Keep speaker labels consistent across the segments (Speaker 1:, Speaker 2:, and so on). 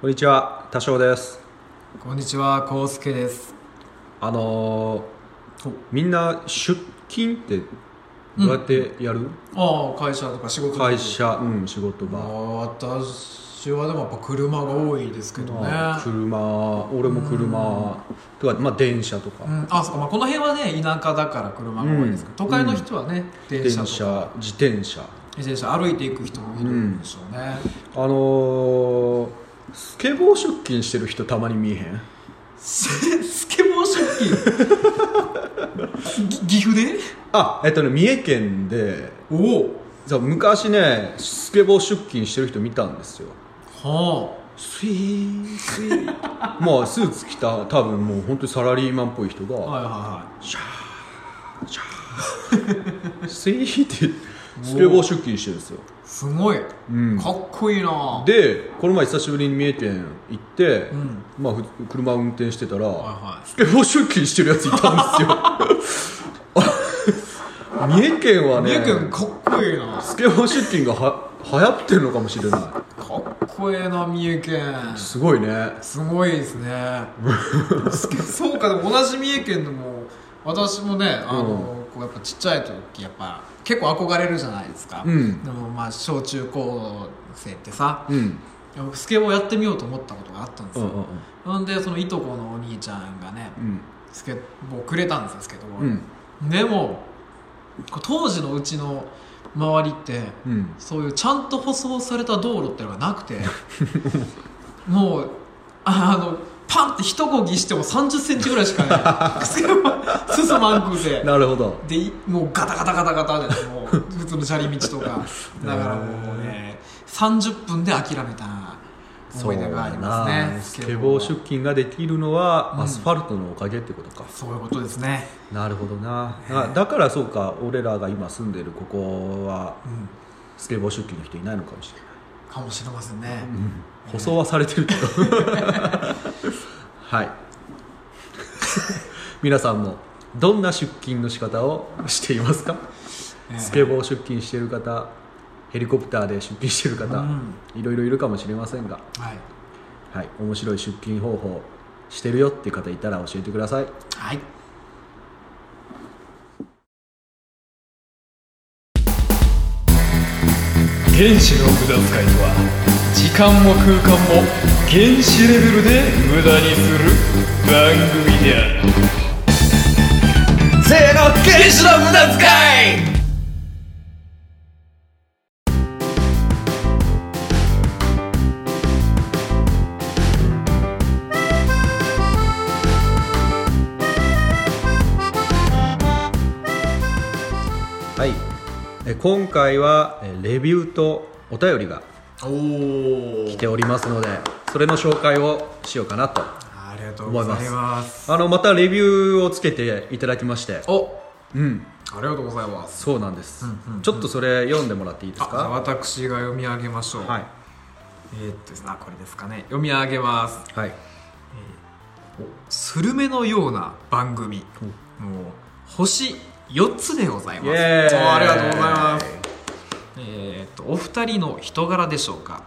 Speaker 1: こんにちは、多少です。
Speaker 2: こんにちは、こうすけです。
Speaker 1: あのー
Speaker 2: お
Speaker 1: みんな出勤ってどうやってやる、
Speaker 2: ああ、会社とか仕事
Speaker 1: 会。社、うん、仕事
Speaker 2: ああ
Speaker 1: 場。
Speaker 2: 私はでもやっぱ車が多いですけどね。
Speaker 1: まあ車、俺も車、とか、まあ、電車とか、
Speaker 2: うん、あ、そうか、まあ、この辺はね、田舎だから車が多いですけど、
Speaker 1: うん
Speaker 2: 都会の人はね、電
Speaker 1: 電
Speaker 2: 車とか
Speaker 1: 車、自転車。
Speaker 2: 自転車歩いていく人もいるんでしょうね。
Speaker 1: あのースケボー出勤してる人たまに見えへん
Speaker 2: ススケボー出 勤ぎ岐阜で
Speaker 1: あ、えっとね、三重県で、
Speaker 2: おお
Speaker 1: そう昔ね、スケボー出勤してる人見たんですよ。
Speaker 2: は
Speaker 1: スイースイーまあスーツ着た多分もう本当にサラリーマンっぽい人
Speaker 2: あ、
Speaker 1: が
Speaker 2: はいは
Speaker 1: シャーシャースイーってスケボー出勤してるんですよ、
Speaker 2: いはい。すごい。
Speaker 1: うん、
Speaker 2: かっこいいな
Speaker 1: でこの前久しぶりに三重県行って、
Speaker 2: うん
Speaker 1: まあ、ふ車運転してたら、
Speaker 2: はい
Speaker 1: スケボー出勤してるやついたん ですよ三重県は
Speaker 2: 三
Speaker 1: ね
Speaker 2: 重県かっこいいな
Speaker 1: スケボー出勤がは流行ってるのかもしれな
Speaker 2: かっこええな三重県
Speaker 1: いすごいね
Speaker 2: すごいで すねすけそうかでも同じ三重県でも私もねあの、
Speaker 1: うん
Speaker 2: こうやっぱちっちゃい時やっぱ結構憧れるじゃないですか、
Speaker 1: うん
Speaker 2: でもまあ小中高生ってさ
Speaker 1: うん
Speaker 2: スケボーやってみようと思ったことがあったんです
Speaker 1: うん
Speaker 2: よ、
Speaker 1: うん
Speaker 2: なんでそのいとこのお兄ちゃんがね
Speaker 1: うん
Speaker 2: スケボーくれたんですよスケボ
Speaker 1: う
Speaker 2: ー
Speaker 1: ん、
Speaker 2: でもこう当時のうちの周りって
Speaker 1: うん
Speaker 2: そういうちゃんと舗装された道路ってのがなくて もうああのパンって一こぎしても3 0センチぐらいし かねスケボー進まんくて
Speaker 1: なるほど
Speaker 2: でいもうガタガタガタガタでもう普通の砂利道と かだからもうね30分で諦めた思い出があり
Speaker 1: そ
Speaker 2: ます
Speaker 1: うや
Speaker 2: ね
Speaker 1: なスケボー
Speaker 2: は
Speaker 1: 出勤ができるのは、
Speaker 2: うん
Speaker 1: アスファルトのおかげってことか
Speaker 2: そういうことですね、
Speaker 1: なるほどなあだからそうか俺らが今住んでるここは
Speaker 2: うん、
Speaker 1: スケボー出勤の人いないのかもしれない
Speaker 2: かもしれませんね、
Speaker 1: 舗装はされてるけ どはい皆さんもどんな出勤の仕方をしていますか、
Speaker 2: ええ
Speaker 1: スケボー出勤してる方ヘリコプターで出勤してる方、
Speaker 2: うん
Speaker 1: いろいろいるかもしれませんが
Speaker 2: はい、
Speaker 1: はい、面白い出勤方法してるよっていう方いたら教えてください
Speaker 2: はい、
Speaker 3: 原子の無駄遣いとは時間も空間も原子レベルで無駄にする番組であるせーの原子の無駄遣い
Speaker 1: はいえ今回はえレビューとお便りが
Speaker 2: おお
Speaker 1: 来ておりますのでそれの紹介をしようかなと
Speaker 2: ありがとう
Speaker 1: 思
Speaker 2: ご
Speaker 1: い
Speaker 2: ざ
Speaker 1: ます
Speaker 2: います
Speaker 1: あのまたレビューをつけていただきまして
Speaker 2: お
Speaker 1: うん
Speaker 2: ありがとうございます
Speaker 1: そうなんです、
Speaker 2: うんうんうん
Speaker 1: ちょっとそれ読んでもらっていいです
Speaker 2: あじゃあ
Speaker 1: か
Speaker 2: 私が読み上げましょう、
Speaker 1: はい
Speaker 2: えー、っとですねあこれですかね読み上げます
Speaker 1: はい
Speaker 2: スルメのような番組もう星4つでございます
Speaker 1: イエーイ
Speaker 2: おありがとうございますえー、っとお二人の人柄でしょうか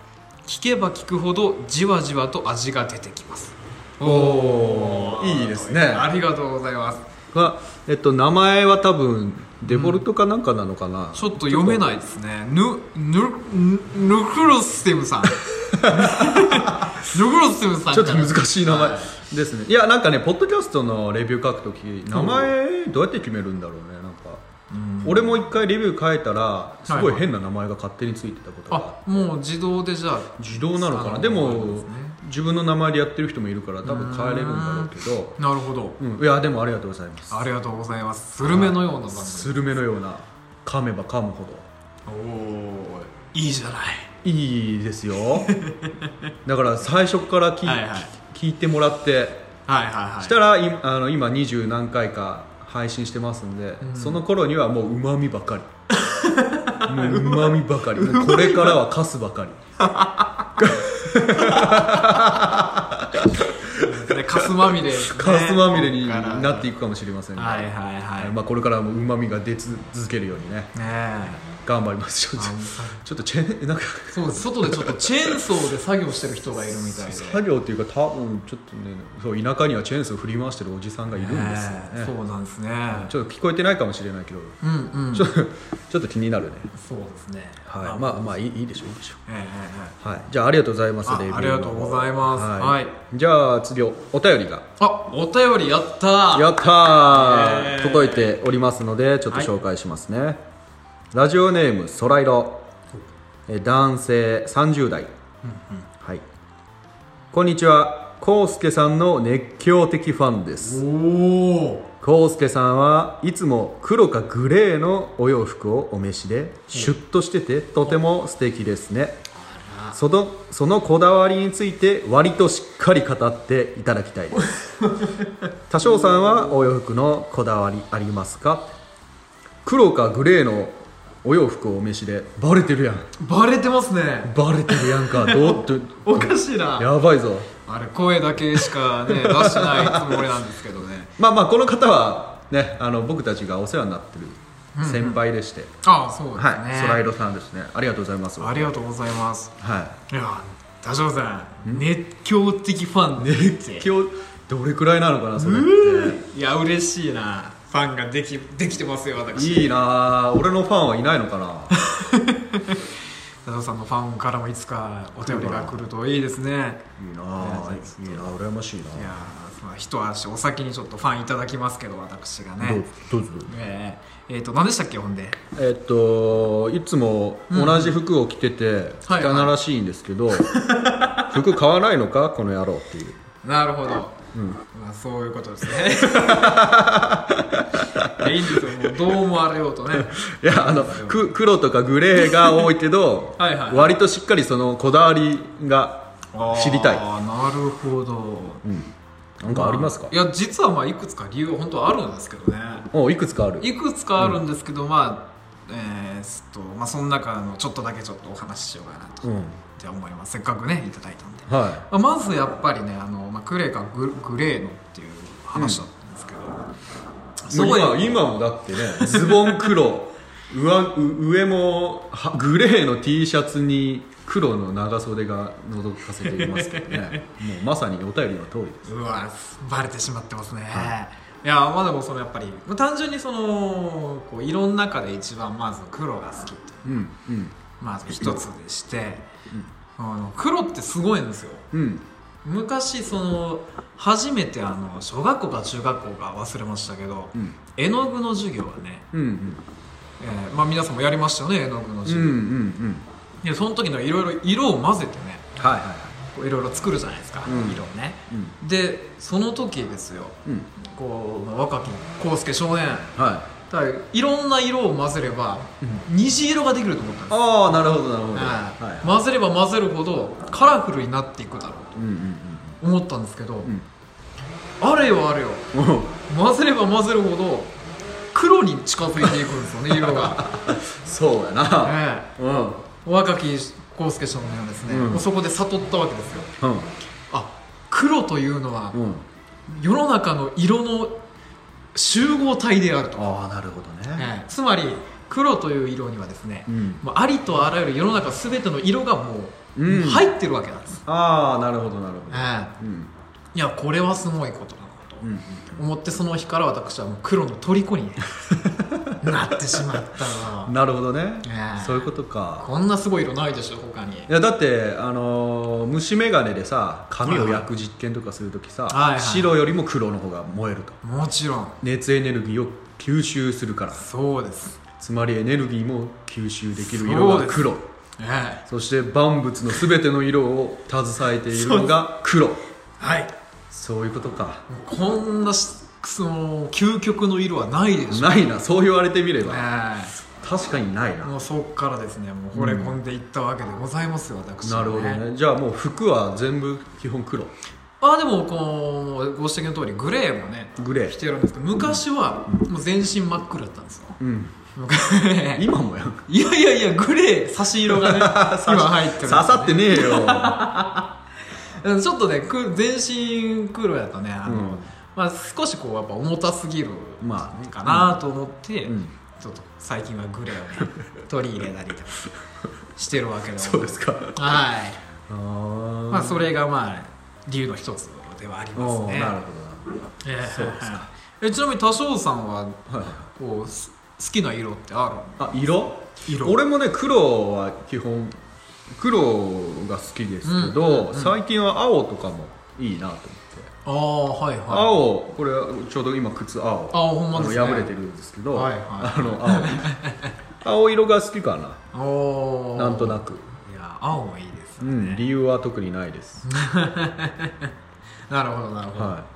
Speaker 2: 聞けば聞くほどじわじわと味が出てきます
Speaker 1: おー
Speaker 2: ー
Speaker 1: いいですね
Speaker 2: ありがとうございます
Speaker 1: がえっと名前は多分デフォルトかなんかなのかな、
Speaker 2: ちょっと読めないですね。ぬ、ぬ、ぬ、ぬクロステム さん。ぬクロステムさん。
Speaker 1: ちょっと難しい名前
Speaker 2: は
Speaker 1: ですねいやなんかねポッドキャストのレビュー書くとき名前どうやって決めるんだろうねなんか俺も一回レビュー書いたらすごい変な名前が勝手についてたことがあって
Speaker 2: あ、もう自動でじゃあ。
Speaker 1: 自動なのかな
Speaker 2: あ
Speaker 1: で
Speaker 2: そうなんで
Speaker 1: も
Speaker 2: すね
Speaker 1: 自分の名前でやってる人もいるから多分変えれるんだろうけど
Speaker 2: なるほど。
Speaker 1: うんいやでもありがとうございます
Speaker 2: ありがとうございます。スルメのような番
Speaker 1: スルメのような噛めば噛むほど
Speaker 2: 組。おお、いいじゃない。
Speaker 1: いいですよだから最初から聞い
Speaker 2: はいはい
Speaker 1: 聞いてもらって
Speaker 2: はいはいはい。
Speaker 1: したらいあの今二十何回か配信してますんで、その頃にはもううまみばかりもううまみばかりもうこれからはカスばかり
Speaker 2: ねカスまみれですね。
Speaker 1: カスまみれに
Speaker 2: ここから
Speaker 1: なっていくかもしれませんが、
Speaker 2: はいはいはい。
Speaker 1: まあ、これからもうまみが出続けるようにね
Speaker 2: ねえ。
Speaker 1: 頑張りますちょっとちょっとチェーンなんか
Speaker 2: そう外でちょっとチェーンソーで作業してる人がいるみたいで
Speaker 1: 作業っていうか多分ちょっとねそう田舎にはチェーンソー振り回してるおじさんがいるんですよね、
Speaker 2: えーそうなんですね
Speaker 1: ちょっと聞こえてないかもしれないけど、
Speaker 2: うんうん
Speaker 1: ちょっとちょっと気になるね
Speaker 2: そうですね
Speaker 1: はいまあまあいいいいでしょういいでしょ
Speaker 2: えええ
Speaker 1: うはいじゃあありがとうございます
Speaker 2: あ
Speaker 1: レビュー
Speaker 2: ありがとうございますはい
Speaker 1: じゃあ次おお便りが
Speaker 2: えあお便りやったー
Speaker 1: やったー、
Speaker 2: えー
Speaker 1: 届いておりますのでちょっと紹介しますね、ラジオネーム空色え男性30代、はいこんにちはコウスケさんの熱狂的ファンです
Speaker 2: おお
Speaker 1: コウスケさんはいつも黒かグレーのお洋服をお召しでシュッとしててとても素敵ですねそのそのこだわりについて割としっかり語っていただきたいです多少さんはお洋服のこだわりありますか黒かグレーのお洋服をお召しでバレてるやん
Speaker 2: バレてますね
Speaker 1: バレてるやんかどうって
Speaker 2: おかしいな
Speaker 1: やばいぞ
Speaker 2: あれ声だけしか ね出してないつもりなんですけどね
Speaker 1: まあまあこの方はねあの僕たちがお世話になってる先輩でして、
Speaker 2: あそうですね
Speaker 1: はい、ソライロさんですね。ありがとうございます。
Speaker 2: ありがとうございます
Speaker 1: はい
Speaker 2: や田少さん熱狂的ファン熱
Speaker 1: い。今日どれくらいなのかなそれっ
Speaker 2: いや嬉しいなファンができできてますよ
Speaker 1: て。
Speaker 2: 私
Speaker 1: いいなあ。俺のファンはいないのかな。
Speaker 2: 田少さんのファンからもいつかお便りが来るといいですね
Speaker 1: いいなあ。いいなあ。羨ましい
Speaker 2: い
Speaker 1: な。
Speaker 2: やーまあ一足お先にちょっとファンいただきますけど私が
Speaker 1: どう
Speaker 2: ね
Speaker 1: どうぞどうぞ。
Speaker 2: えー、えーと何でしたっけほんで
Speaker 1: えっといつも同じ服を着てて
Speaker 2: はい
Speaker 1: 汚らしいんですけど、 服買わないのかこの野郎っていう。
Speaker 2: なるほど、まあ、そういうことですね いやいいんですよもうどう思われようとね
Speaker 1: いやあのく黒とかグレーが多いけど
Speaker 2: はいはい
Speaker 1: 割としっかりそのこだわりが 知りたい。
Speaker 2: あーなるほど、
Speaker 1: なんかありますか
Speaker 2: い。や実はまあいくつか理由は本当はあるんですけどね
Speaker 1: おいくつかある。
Speaker 2: いくつかあるんですけど、まあえーっとまあその中のちょっとだけちょっとお話ししようかなと、
Speaker 1: うん
Speaker 2: って思いますせっかくねいただいたんで、
Speaker 1: はい。
Speaker 2: まあまずやっぱりねあの、まあ、クレーかググレーのっていう話だったんですけど、す
Speaker 1: もう
Speaker 2: ごい
Speaker 1: 今今もだってねズボン黒 上上もはグレーの T シャツに黒の長袖が覗かせていますけどね もうまさにお便りの通りです
Speaker 2: うわバレてしまってますね、い、やまあでもそのやっぱりまあ単純にそのこう色の中で一番まず黒が好きって
Speaker 1: うんうん
Speaker 2: まず一つでして、あの黒ってすごいんですよ
Speaker 1: うん
Speaker 2: 昔その初めてあの小学校か中学校か忘れましたけど、
Speaker 1: うん
Speaker 2: 絵の具の授業はね、
Speaker 1: うんうん
Speaker 2: えーまあ、皆さんもやりましたよね絵の具の
Speaker 1: うんう
Speaker 2: 授
Speaker 1: ん
Speaker 2: 業、
Speaker 1: うん
Speaker 2: でその時のいろいろ色を混ぜてね
Speaker 1: はいはいはい
Speaker 2: こういろいろ作るじゃないですか、
Speaker 1: うん
Speaker 2: 色をね、でその時ですよ
Speaker 1: うん
Speaker 2: こう、まあ若き康介少
Speaker 1: は
Speaker 2: 年
Speaker 1: い
Speaker 2: だからいろんな色を混ぜれば、虹色ができると思ったんですよ
Speaker 1: ああなるほどなるほど
Speaker 2: はい
Speaker 1: はい
Speaker 2: 混ぜれば混ぜるほどカラフルになっていくだろう
Speaker 1: うんうん
Speaker 2: と思ったんですけど、
Speaker 1: ん
Speaker 2: あれよあれよ
Speaker 1: うん もう
Speaker 2: 混ぜれば混ぜるほど黒に近づいていくんですよ ね色が、
Speaker 1: そうやな
Speaker 2: え
Speaker 1: うんうん
Speaker 2: え若き康介少年はですね、
Speaker 1: うん
Speaker 2: もうそこで悟ったわけですよあ黒というのは、
Speaker 1: うん
Speaker 2: 世の中の色の集合体であると、
Speaker 1: ああなるほどね
Speaker 2: ええつまり黒という色にはですね、
Speaker 1: うん
Speaker 2: もうありとあらゆる世の中全ての色がもう
Speaker 1: うん
Speaker 2: 入ってるわけなんです、
Speaker 1: ああなるほどなるほど
Speaker 2: ええ
Speaker 1: うん
Speaker 2: いやこれはすごいことだなと
Speaker 1: うん
Speaker 2: 思ってその日から私はもう黒の 虜にねなってしまった
Speaker 1: うん
Speaker 2: の
Speaker 1: なるほどね
Speaker 2: ええ
Speaker 1: そういうことか
Speaker 2: こんなすごい色ないでしょ他に
Speaker 1: いやだって、あのー虫眼鏡でさ髪を焼く実験とかするときさ、
Speaker 2: はいはい
Speaker 1: 白よりも黒の方が燃えると
Speaker 2: もちろん
Speaker 1: 熱エネルギーを吸収するから
Speaker 2: そうです、
Speaker 1: つまりエネルギーも吸収できる色が黒
Speaker 2: ええ
Speaker 1: そして万物のすべての色を携えているのが黒
Speaker 2: はい
Speaker 1: そういうことか
Speaker 2: こんなしその究極の色はないでしょ、
Speaker 1: ないなそう言われてみれば
Speaker 2: ええ
Speaker 1: 確かにないな
Speaker 2: もうそっからですねもう惚れ込んでいったわけでございますよ、私は
Speaker 1: なるほどねじゃあもう服は全部基本黒
Speaker 2: あでもこうご指摘の通りグレーもね
Speaker 1: グレ
Speaker 2: 着
Speaker 1: ー
Speaker 2: てるんですけど昔はもう全身真っ黒だったんですよ
Speaker 1: うん
Speaker 2: 昔
Speaker 1: 今もやん
Speaker 2: いやいやいやグレー差し色 がね今入って
Speaker 1: 刺
Speaker 2: る
Speaker 1: さってねえ よは
Speaker 2: うんちょっとねく全身黒やとねあの、
Speaker 1: うん
Speaker 2: まあ、少しこうやっぱ重たすぎる
Speaker 1: まあね
Speaker 2: かなと思って、
Speaker 1: うん
Speaker 2: ちょっと最近はグレーを、ね、取り入れたりとかしてるわけ で
Speaker 1: そうですか
Speaker 2: はい
Speaker 1: あー、
Speaker 2: まあそれがまあ理由の一つではあります
Speaker 1: おー
Speaker 2: ね
Speaker 1: なるほ
Speaker 2: ええ
Speaker 1: そうですか
Speaker 2: はいえちなみに多少さんは
Speaker 1: どな、はい
Speaker 2: こうす好きな色ってあるの
Speaker 1: あ色
Speaker 2: 色
Speaker 1: 俺もね黒は基本黒が好きですけど、最近は青とかもいいなと思って、
Speaker 2: ああはいはい
Speaker 1: 青これはちょうど今靴青
Speaker 2: あほんまですね
Speaker 1: あの破れてるんですけど、
Speaker 2: はいはい
Speaker 1: あの青 青色が好きかな
Speaker 2: おー
Speaker 1: なんとなく、
Speaker 2: いや青もいいです
Speaker 1: う
Speaker 2: ね、
Speaker 1: ん、理由は特にないです、
Speaker 2: なるほどなるほど、
Speaker 1: は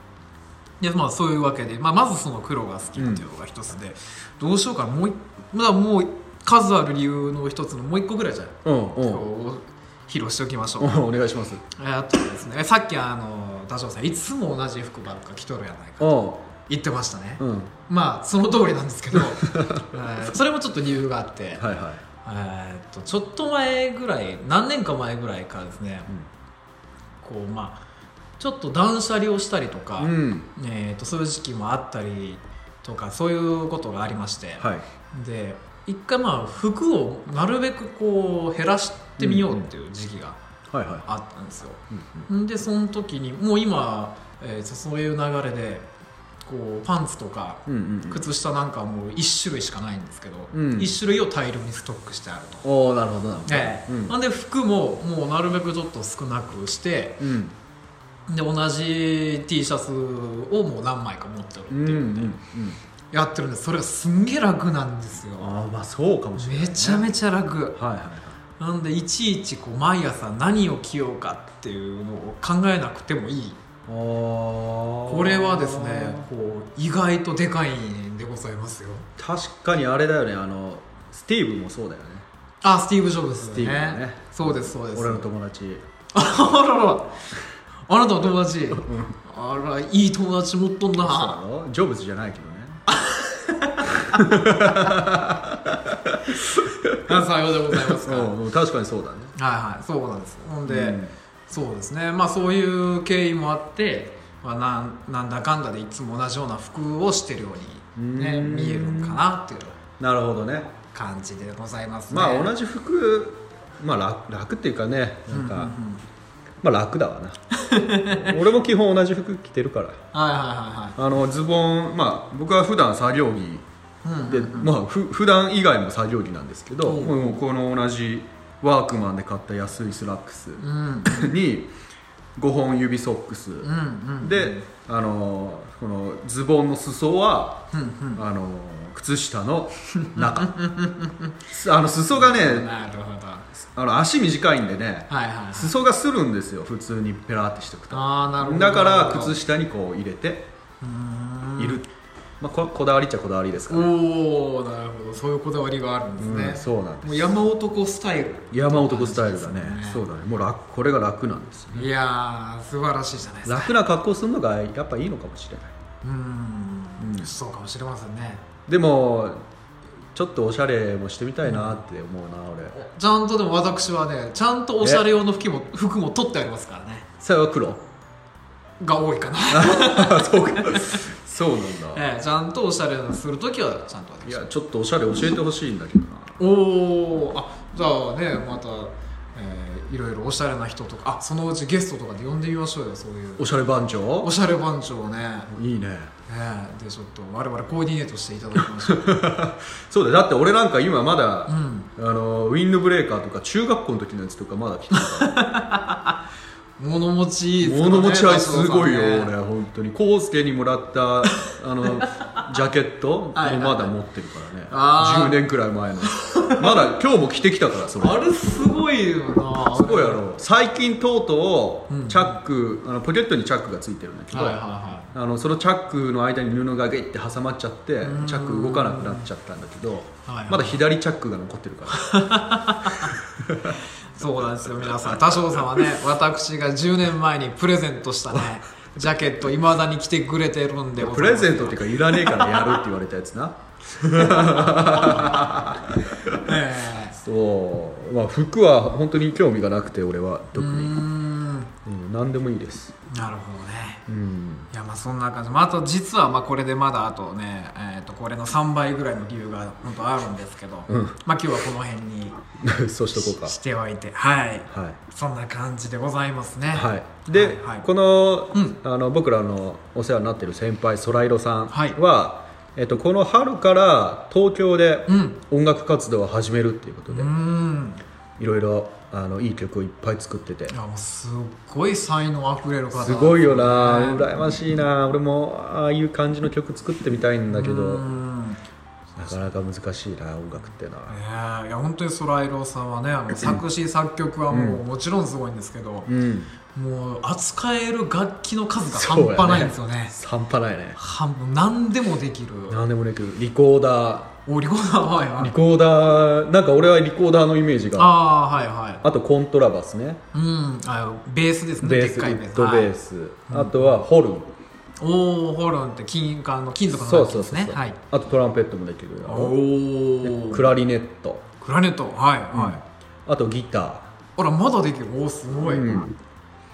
Speaker 2: でまあそういうわけで、まあ、まずその黒が好きっていうのが一つで、どうしようかなもういまだもう数ある理由の一つのもう一個ぐらいじゃ
Speaker 1: いうんう
Speaker 2: あ、
Speaker 1: ん
Speaker 2: こう披露しておきましょう、
Speaker 1: うんお願いします
Speaker 2: えーっとですねさっきあの多少さんいつも同じ服ばっか着とるやないか
Speaker 1: うん
Speaker 2: 言ってましたね、
Speaker 1: うん
Speaker 2: まあその通りなんで すけど、えーそれもちょっと理由があって、
Speaker 1: はいはい
Speaker 2: えーっとちょっと前ぐらい何年か前ぐらいからですね、こうまあちょっと断捨離をしたりとか、
Speaker 1: うん
Speaker 2: えー、とそういう時期もあったりとかそういうことがありまして、
Speaker 1: はい
Speaker 2: で一回まあ服をなるべくこう減らしてみようっていう時期が
Speaker 1: はいはい
Speaker 2: あったんですよ、
Speaker 1: うん
Speaker 2: でその時にもう今、えーとそういう流れでこうパンツとか
Speaker 1: うんうんうん
Speaker 2: 靴下なんかはもう1種類しかないんですけど、
Speaker 1: うん
Speaker 2: 1種類を大量にストックしてあると。
Speaker 1: おおなるほどなるほど、
Speaker 2: ええ
Speaker 1: うん
Speaker 2: なんで服ももうなるべくちょっと少なくして
Speaker 1: うん
Speaker 2: で同じ T シャツをもう何枚か持ってるって
Speaker 1: うんう
Speaker 2: い
Speaker 1: んう
Speaker 2: うんので、やってるんですそれがすんげえ楽なんですよ
Speaker 1: ああまあそうかもしれない、
Speaker 2: めちゃめちゃ楽
Speaker 1: はいはいはい
Speaker 2: なんでいちいちこう毎朝何を着ようかっていうのを考えなくてもいいこ
Speaker 1: こ
Speaker 2: れはですねこう意外とでかいんでございますよ
Speaker 1: 確かにあれだよねあのスティーブもそうだよね
Speaker 2: あスティーブ・ジョブズ
Speaker 1: ス
Speaker 2: ね
Speaker 1: ティーブね
Speaker 2: そうですそうです
Speaker 1: 俺の友達
Speaker 2: あららあなたの友達、あらいい友達持っとんな
Speaker 1: そうだろジョブズじゃないけどね
Speaker 2: あさようでございますかはい
Speaker 1: うんうん確かにそうだね
Speaker 2: はいそうなんですほんで、
Speaker 1: うん
Speaker 2: そうですねまあそういう経緯もあって、まあ、なんなんだかんだでいつも同じような服をしてるように、ね、
Speaker 1: うん
Speaker 2: 見えるかなっていう
Speaker 1: なるほどね
Speaker 2: 感じでございますね
Speaker 1: まあ同じ服まあ楽楽っていうかねなんか、まあ楽だわ な俺も基本同じ服着てるから
Speaker 2: はいは
Speaker 1: あのズボンまあ僕は普段作業着
Speaker 2: いはいはいうん
Speaker 1: でまあ、ふ普段以外も作業着なんですけど、
Speaker 2: うん
Speaker 1: もうこの同じワークマンで買った安いスラックス
Speaker 2: うん
Speaker 1: に5本指ソックス、
Speaker 2: うんうん
Speaker 1: で、あのーこのズボンの裾は、
Speaker 2: うんうん
Speaker 1: あのー靴下の中 すあの裾がね
Speaker 2: なるほどは
Speaker 1: あの足短いんでね
Speaker 2: いはいはい
Speaker 1: 裾がするんですよ普通にペラーってしておくと
Speaker 2: ああなるほど
Speaker 1: だから靴
Speaker 2: 下
Speaker 1: 下にこう入れている、まあ、ここだわりっちゃこだわりですから、ね
Speaker 2: おおなるほどそういうこだわりがあるんですね、
Speaker 1: うんそうなんです
Speaker 2: もう山男スタイル
Speaker 1: 山男スタイルだね
Speaker 2: 感じです
Speaker 1: そ
Speaker 2: ね
Speaker 1: うだねもう楽これが楽なんですよ
Speaker 2: いやー素晴らしいじゃないですか
Speaker 1: 楽な格好するのがやっぱいいのかもしれないううん
Speaker 2: んそうかもしれませんね
Speaker 1: でもちょっとおしゃれもしてみたいなって思うな俺
Speaker 2: ちゃんとでも私はねちゃんとおしゃれ用の服も服も取ってありますからね
Speaker 1: それは黒
Speaker 2: が多いかな、
Speaker 1: そうかそうなんだ
Speaker 2: ええちゃんとおしゃれをするときはちゃんと
Speaker 1: い
Speaker 2: 私
Speaker 1: やちょっとおしゃれ教えてほしいんだけどな
Speaker 2: おおあじゃあねまた、えーいろいろおしゃれな人とかあそのうちゲストとかで呼んでみましょうよそういう
Speaker 1: おしゃれ番長
Speaker 2: おしゃれ番長をね、
Speaker 1: いいね
Speaker 2: ええでちょっと我々コーディネートしていただきましょう
Speaker 1: そうだよだって俺なんか今まだ、
Speaker 2: ん
Speaker 1: あのウィンドブレーカーとか中学校の時のやつとかまだ着てる
Speaker 2: 物持 ちいいですからね
Speaker 1: 物持ち合いすごいよ、
Speaker 2: 高
Speaker 1: 俺
Speaker 2: 田さんね
Speaker 1: 本当に康介にもら ったあのジャケットもう
Speaker 2: はいはい
Speaker 1: まだ持ってるからね
Speaker 2: あー
Speaker 1: 10年くらい前のまだ今日も着てきたからそれ
Speaker 2: あれすごいよな
Speaker 1: すごいやろ最近とうと
Speaker 2: う
Speaker 1: うんチャック、あのポケットにチャックがついてるんだけど、
Speaker 2: はいはいは
Speaker 1: あのそのチャックの間に布がゲッて挟まっちゃって
Speaker 2: うん
Speaker 1: チャック動かなくなっちゃったんだけど、
Speaker 2: はいはい
Speaker 1: まだ左チャックが残ってるから
Speaker 2: いそうなんですよ皆さん多少さ んはね私が10年前にプレゼントしたねジャケットいまだに着てくれてるんで
Speaker 1: プレゼン
Speaker 2: ト、
Speaker 1: トっていうかいらねえからやるって言われたやつな
Speaker 2: ええ
Speaker 1: そう、まあ、服は本当に興味がなくて俺は特
Speaker 2: うー
Speaker 1: に
Speaker 2: ん
Speaker 1: うん、何でもいいです、
Speaker 2: なるほどね
Speaker 1: うん、
Speaker 2: いやまあそんな感じ、まあ、あと実はまあこれでまだあとね、えー、とこれの3倍ぐらいの理由が本当あるんですけど、
Speaker 1: うん
Speaker 2: まあ今日はこの辺に
Speaker 1: そうしとこうか
Speaker 2: しておいてはい
Speaker 1: はい
Speaker 2: そんな感じでございますね
Speaker 1: はい、で、
Speaker 2: はいはい
Speaker 1: この,、
Speaker 2: うん
Speaker 1: あの僕らのお世話になってる先輩空色さんは、
Speaker 2: はい
Speaker 1: えっと、この春から東京で
Speaker 2: うん
Speaker 1: 音楽活動を始めるっていうことで、
Speaker 2: うーん
Speaker 1: いろいろあのいい曲をいっぱい作ってて
Speaker 2: いやもうすっごい才能あふれる方
Speaker 1: すごいよな、
Speaker 2: なんですね
Speaker 1: 羨ましいな俺もああいう感じの曲作ってみたいんだけど、
Speaker 2: うーん
Speaker 1: なかなか難しいな音楽ってな、
Speaker 2: ねえいや本当に空色さんはねあの作詞作曲はもうもちろんすごいんですけど、
Speaker 1: うん
Speaker 2: もう扱える楽器の数が
Speaker 1: そうやね
Speaker 2: 半端ないんですよね
Speaker 1: 半端ないね
Speaker 2: 半分何でもできる
Speaker 1: 何でもできるリコーダー
Speaker 2: おリコーダーはいは
Speaker 1: リ
Speaker 2: い
Speaker 1: コーダーなんか俺はリコーダーのイメージがあ
Speaker 2: ああはいはい
Speaker 1: とコントラバスね
Speaker 2: うんあベースですね
Speaker 1: ベー
Speaker 2: で
Speaker 1: ス
Speaker 2: っ
Speaker 1: ウ
Speaker 2: かいベ
Speaker 1: ッ
Speaker 2: ース
Speaker 1: ドベー
Speaker 2: はい
Speaker 1: ス、あとはホルン
Speaker 2: おおホルンって金管の金属の
Speaker 1: そう
Speaker 2: 楽器
Speaker 1: そうそう
Speaker 2: です
Speaker 1: そう、
Speaker 2: ねはい
Speaker 1: あとトランペットもできる
Speaker 2: お
Speaker 1: よ
Speaker 2: お
Speaker 1: クラリネット
Speaker 2: クラネットはいはい
Speaker 1: あとギタ
Speaker 2: あらまだできるおおすご
Speaker 1: ー、
Speaker 2: い、
Speaker 1: うん、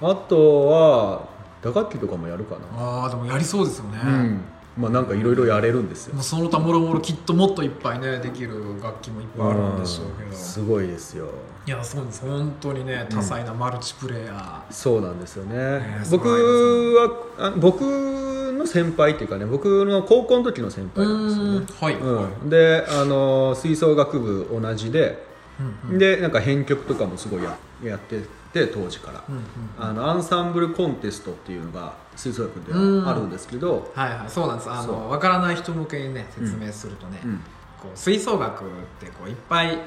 Speaker 1: あとは打楽器とかもやるかな
Speaker 2: ああでもやりそうですよね、
Speaker 1: うんまあなんかいろいろやれるんですよ
Speaker 2: もうその他もろもろきっともっといっぱいねできる楽器もいっぱいあるんでしょうけど、
Speaker 1: うんすごいですよ
Speaker 2: いやそうです本当にね多彩なマルチプレイヤ
Speaker 1: そうなんですよね、
Speaker 2: え
Speaker 1: 僕
Speaker 2: そ
Speaker 1: はあ僕の先輩っていうかね僕の高校の時の先
Speaker 2: ー、う
Speaker 1: 輩なんですよね
Speaker 2: んはい、
Speaker 1: うん、であの吹奏楽部同じで、でなんか編曲とかもすごいややってて当時から、
Speaker 2: んうん
Speaker 1: あのアンサンブルコンテストっていうのが吹奏楽で
Speaker 2: うん
Speaker 1: はあるんですけど、
Speaker 2: はいはいそうなんですあ
Speaker 1: そ
Speaker 2: の分からない人向けにね説明するとね、
Speaker 1: うん
Speaker 2: こう吹奏楽ってこういっぱい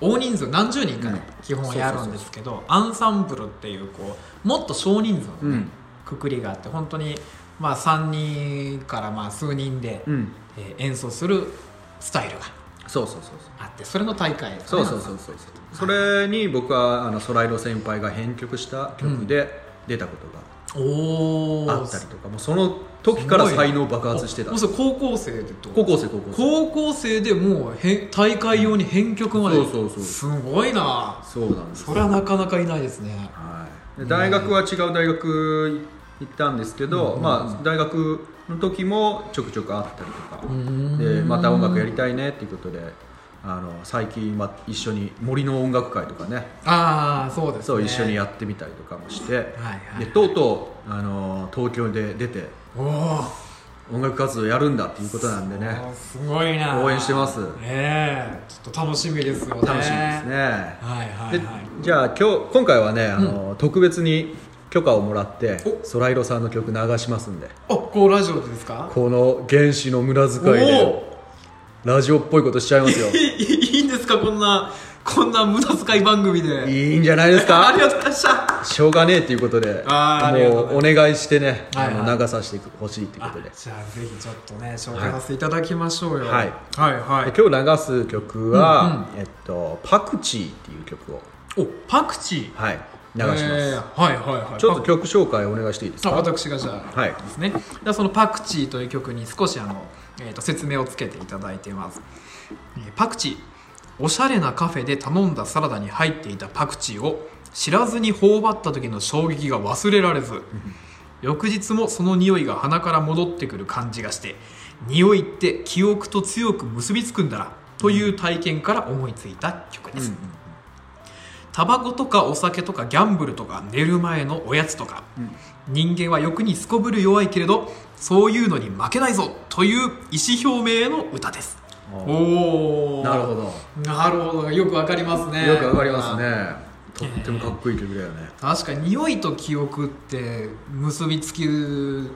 Speaker 2: 大人数何十人かね、
Speaker 1: うん
Speaker 2: 基本はやるんですけどアンサンブルっていうこうもっと少人数のね、
Speaker 1: うん
Speaker 2: くくりがあって本当にまあ3人からまあ数人で、
Speaker 1: うん
Speaker 2: えー演奏するスタイルが
Speaker 1: そうそうそう
Speaker 2: あってそれの大会です
Speaker 1: そ
Speaker 2: ね
Speaker 1: うそうそうそうそうそれに僕はあの空色先輩が編曲した曲で出たこと
Speaker 2: おお
Speaker 1: があったりとか、もうその時から才能爆発してた
Speaker 2: もうそれ高校生でってこと
Speaker 1: 高校生高校生
Speaker 2: 高校生でもうへ大会用に編曲まで
Speaker 1: そうそうそう
Speaker 2: すごいな
Speaker 1: そうなんですよ
Speaker 2: それはなかなかいないですね
Speaker 1: はい、で大学は違う大学行ったんですけど、まあ、大学の時もちょくちょくあったりとか、
Speaker 2: ん
Speaker 1: でまた音楽やりたいねっていうことであの最近、ま、一緒に森の音楽会とかね
Speaker 2: ああそうですね
Speaker 1: そう一緒に
Speaker 2: や
Speaker 1: やってみたりとかもして、
Speaker 2: はい
Speaker 1: でとうとうあの東京で出て
Speaker 2: おお
Speaker 1: 音楽活動やるんだっていうことなんでね
Speaker 2: すごいな
Speaker 1: 応援してます
Speaker 2: ねえちょっと楽しみですよね
Speaker 1: 楽しみですね。
Speaker 2: はいは
Speaker 1: で
Speaker 2: いはい
Speaker 1: じゃあ今日今回はねあの、特別に許可をもらって
Speaker 2: お
Speaker 1: 空色さんの曲流しますんで
Speaker 2: おこうラジオでですか
Speaker 1: この原始の無駄遣いで
Speaker 2: お
Speaker 1: ラジオっぽいことしちゃいます よ
Speaker 2: ーいいんですかこんなこんな無駄遣い番組で
Speaker 1: いいんじゃないです
Speaker 2: あ
Speaker 1: か
Speaker 2: りがとうございました
Speaker 1: しょうがねえっていうことで
Speaker 2: あーありがと
Speaker 1: も
Speaker 2: う
Speaker 1: うお
Speaker 2: ご
Speaker 1: 願いしてね、
Speaker 2: はいはい
Speaker 1: あの流させてほしいっていうことで
Speaker 2: じゃあぜひちょっとね紹介させていただきましょうよ、
Speaker 1: はい
Speaker 2: はいはい
Speaker 1: で今日流す曲は、えっと、パクチーっていう曲を、
Speaker 2: おパクチー
Speaker 1: はい、流します、
Speaker 2: えーはいはいはい
Speaker 1: ちょっと曲紹介お願いしていいです
Speaker 2: あ
Speaker 1: か
Speaker 2: 私がじゃあ、
Speaker 1: はい
Speaker 2: ですねではその「パクチー」という曲に少しあの、えー、と説明をつけていただいています、えーパクチーおしゃれなカフェで頼んだサラダに入っていたパクチーを知らずに頬張った時の衝撃が忘れられず翌日もその匂いが鼻から戻ってくる感じがして匂いって記憶と強く結びつくんだなという体験から思いついた曲です、タバコとかお酒とかギャンブルとか寝る前のおやつとか、人間は欲にすこぶる弱いけれどそういうのに負けないぞという意思表明の歌です
Speaker 1: あー
Speaker 2: おお
Speaker 1: なるほど
Speaker 2: なるほどよくわかりますね
Speaker 1: よくわかります
Speaker 2: あ
Speaker 1: ねとってもかっこいい曲だよね、
Speaker 2: 確かに匂いと記憶って結びつき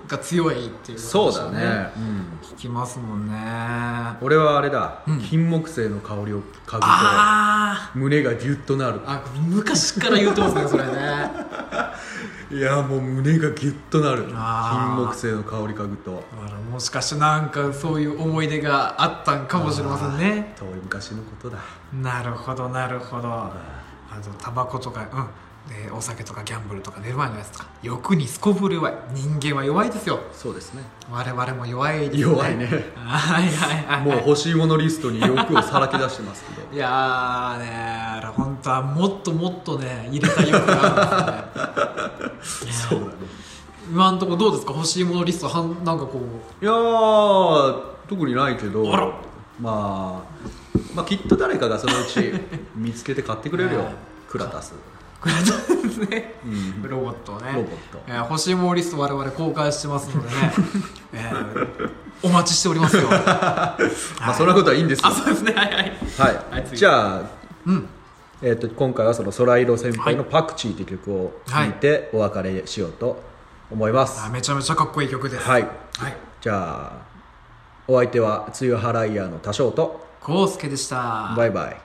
Speaker 2: が強いっていう、
Speaker 1: そうだね、うん、
Speaker 2: 聞きますもんねあ
Speaker 1: 俺はあれだ、
Speaker 2: うん
Speaker 1: 金木犀の香りを嗅ぐ
Speaker 2: あ
Speaker 1: と胸がギュッとなる
Speaker 2: ーあ昔から言うてますねそれね
Speaker 1: いやもう胸がギュッとなる
Speaker 2: あー
Speaker 1: 金木犀の香り嗅ぐと
Speaker 2: あらもしかしてなんかそういう思い出があったんかもしれませんね
Speaker 1: 遠い昔のことだ
Speaker 2: なるほどなるほどあとタバコとかうんでお酒とかギャンブルとか寝る前のやつとか欲にすこぶる弱い人間は弱いですよ
Speaker 1: そうですね
Speaker 2: 我々も弱いですね
Speaker 1: 弱いね
Speaker 2: はいはいはい
Speaker 1: もう欲しいものリストに欲をさらけ出してますけど
Speaker 2: いや ーねーあれ本当はもっともっとね入れたい欲があるんですよね
Speaker 1: そうだね
Speaker 2: 今んとこどうですか欲しいものリストはんなんかこう
Speaker 1: いやー特にないけど
Speaker 2: あら
Speaker 1: まあ、まあきっと誰かがそのうち見つけて買ってくれる よ
Speaker 2: はい
Speaker 1: クラタス、
Speaker 2: くれたんですね
Speaker 1: うん、
Speaker 2: ロボットをね
Speaker 1: ロボット
Speaker 2: えー欲しいものリスト我々公開してます のでね、えーお待ちしておりますよ
Speaker 1: まあそんなことはいいんですよ
Speaker 2: あそうですねはいはい
Speaker 1: は
Speaker 2: はい
Speaker 1: い、
Speaker 2: 次
Speaker 1: じゃあ、
Speaker 2: うん
Speaker 1: えー、と今回はその空色先輩の「パクチー」という曲を聴いてお別れしようと思います
Speaker 2: あ
Speaker 1: はい、
Speaker 2: めちゃめちゃかっこいい曲ですはい
Speaker 1: じゃあお相手は梅雨払い屋の多少と
Speaker 2: コウスケでした
Speaker 1: バイバイ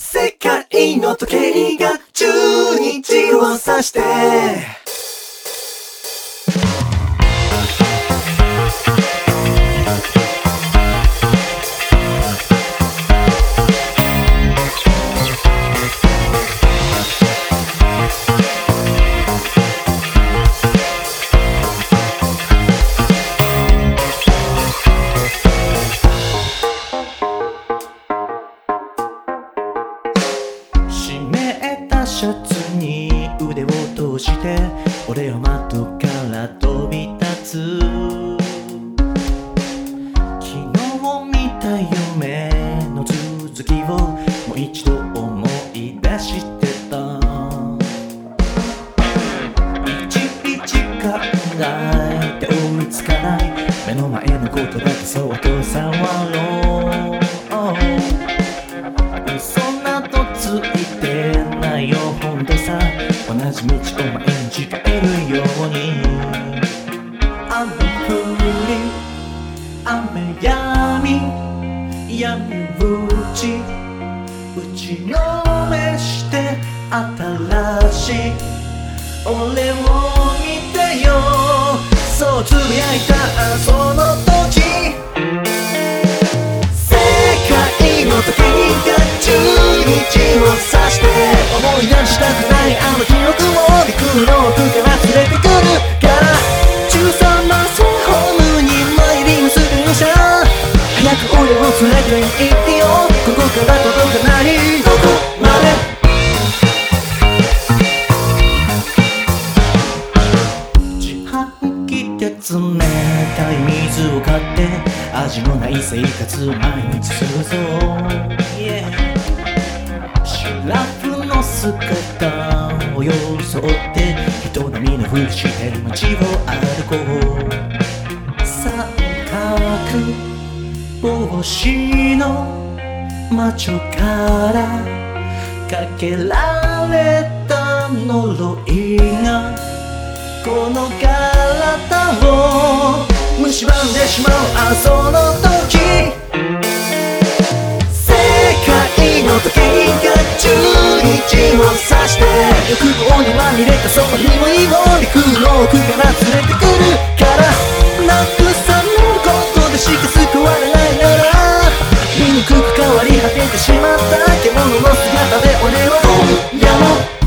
Speaker 4: 世界の時計が12時を指して湿ったシャツに腕を通して俺は窓から飛び立つ昨日見た夢の続きをもう一度思い出してたいちいち考えて追いつかない目の前のことだけそっと触ろう嘘などついてないよ本当さ同じ道を毎日帰るように雨降り雨やみ闇打ち打ちのめして新しい俺を見てよそうつぶやいたその時世界の時が12時を指して思い出したくないあの記憶を陸の奥から連れてくるから13マスホームに参ります電車早く俺を連れて行ってよここから届かないどこまで自販機で冷たい水を買って味のない生活毎日するぞ、yeah、シラフの姿を装って人並みのふりして街を歩こう三角帽子の魔女からかけられた呪いがこの体を蝕んでしまうあその時世界の時計が12時を指して欲望にまみれたその匂いを陸の奥から連れてくるからなくさることでしか救われないなら醜く変わり果ててしまった獣の姿で俺は今夜も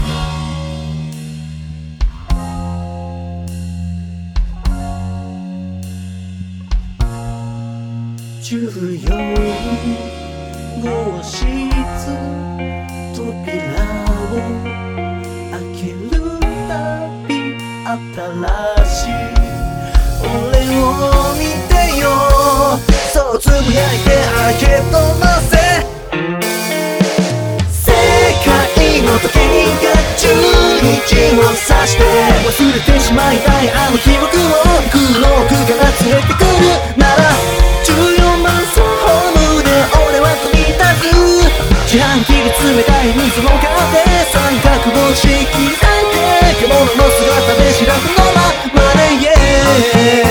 Speaker 4: 14号室扉を開けるたび新しい俺を見てよそうつぶやいてあけとませ世界の時計が12時を指して忘れてしまいたいあの記憶を黒くから連れてくるなら14番ソホームで俺は飛び立つ自販機で冷たい水を買って三角帽子切り裂いて獣の姿で白くのままで Yeah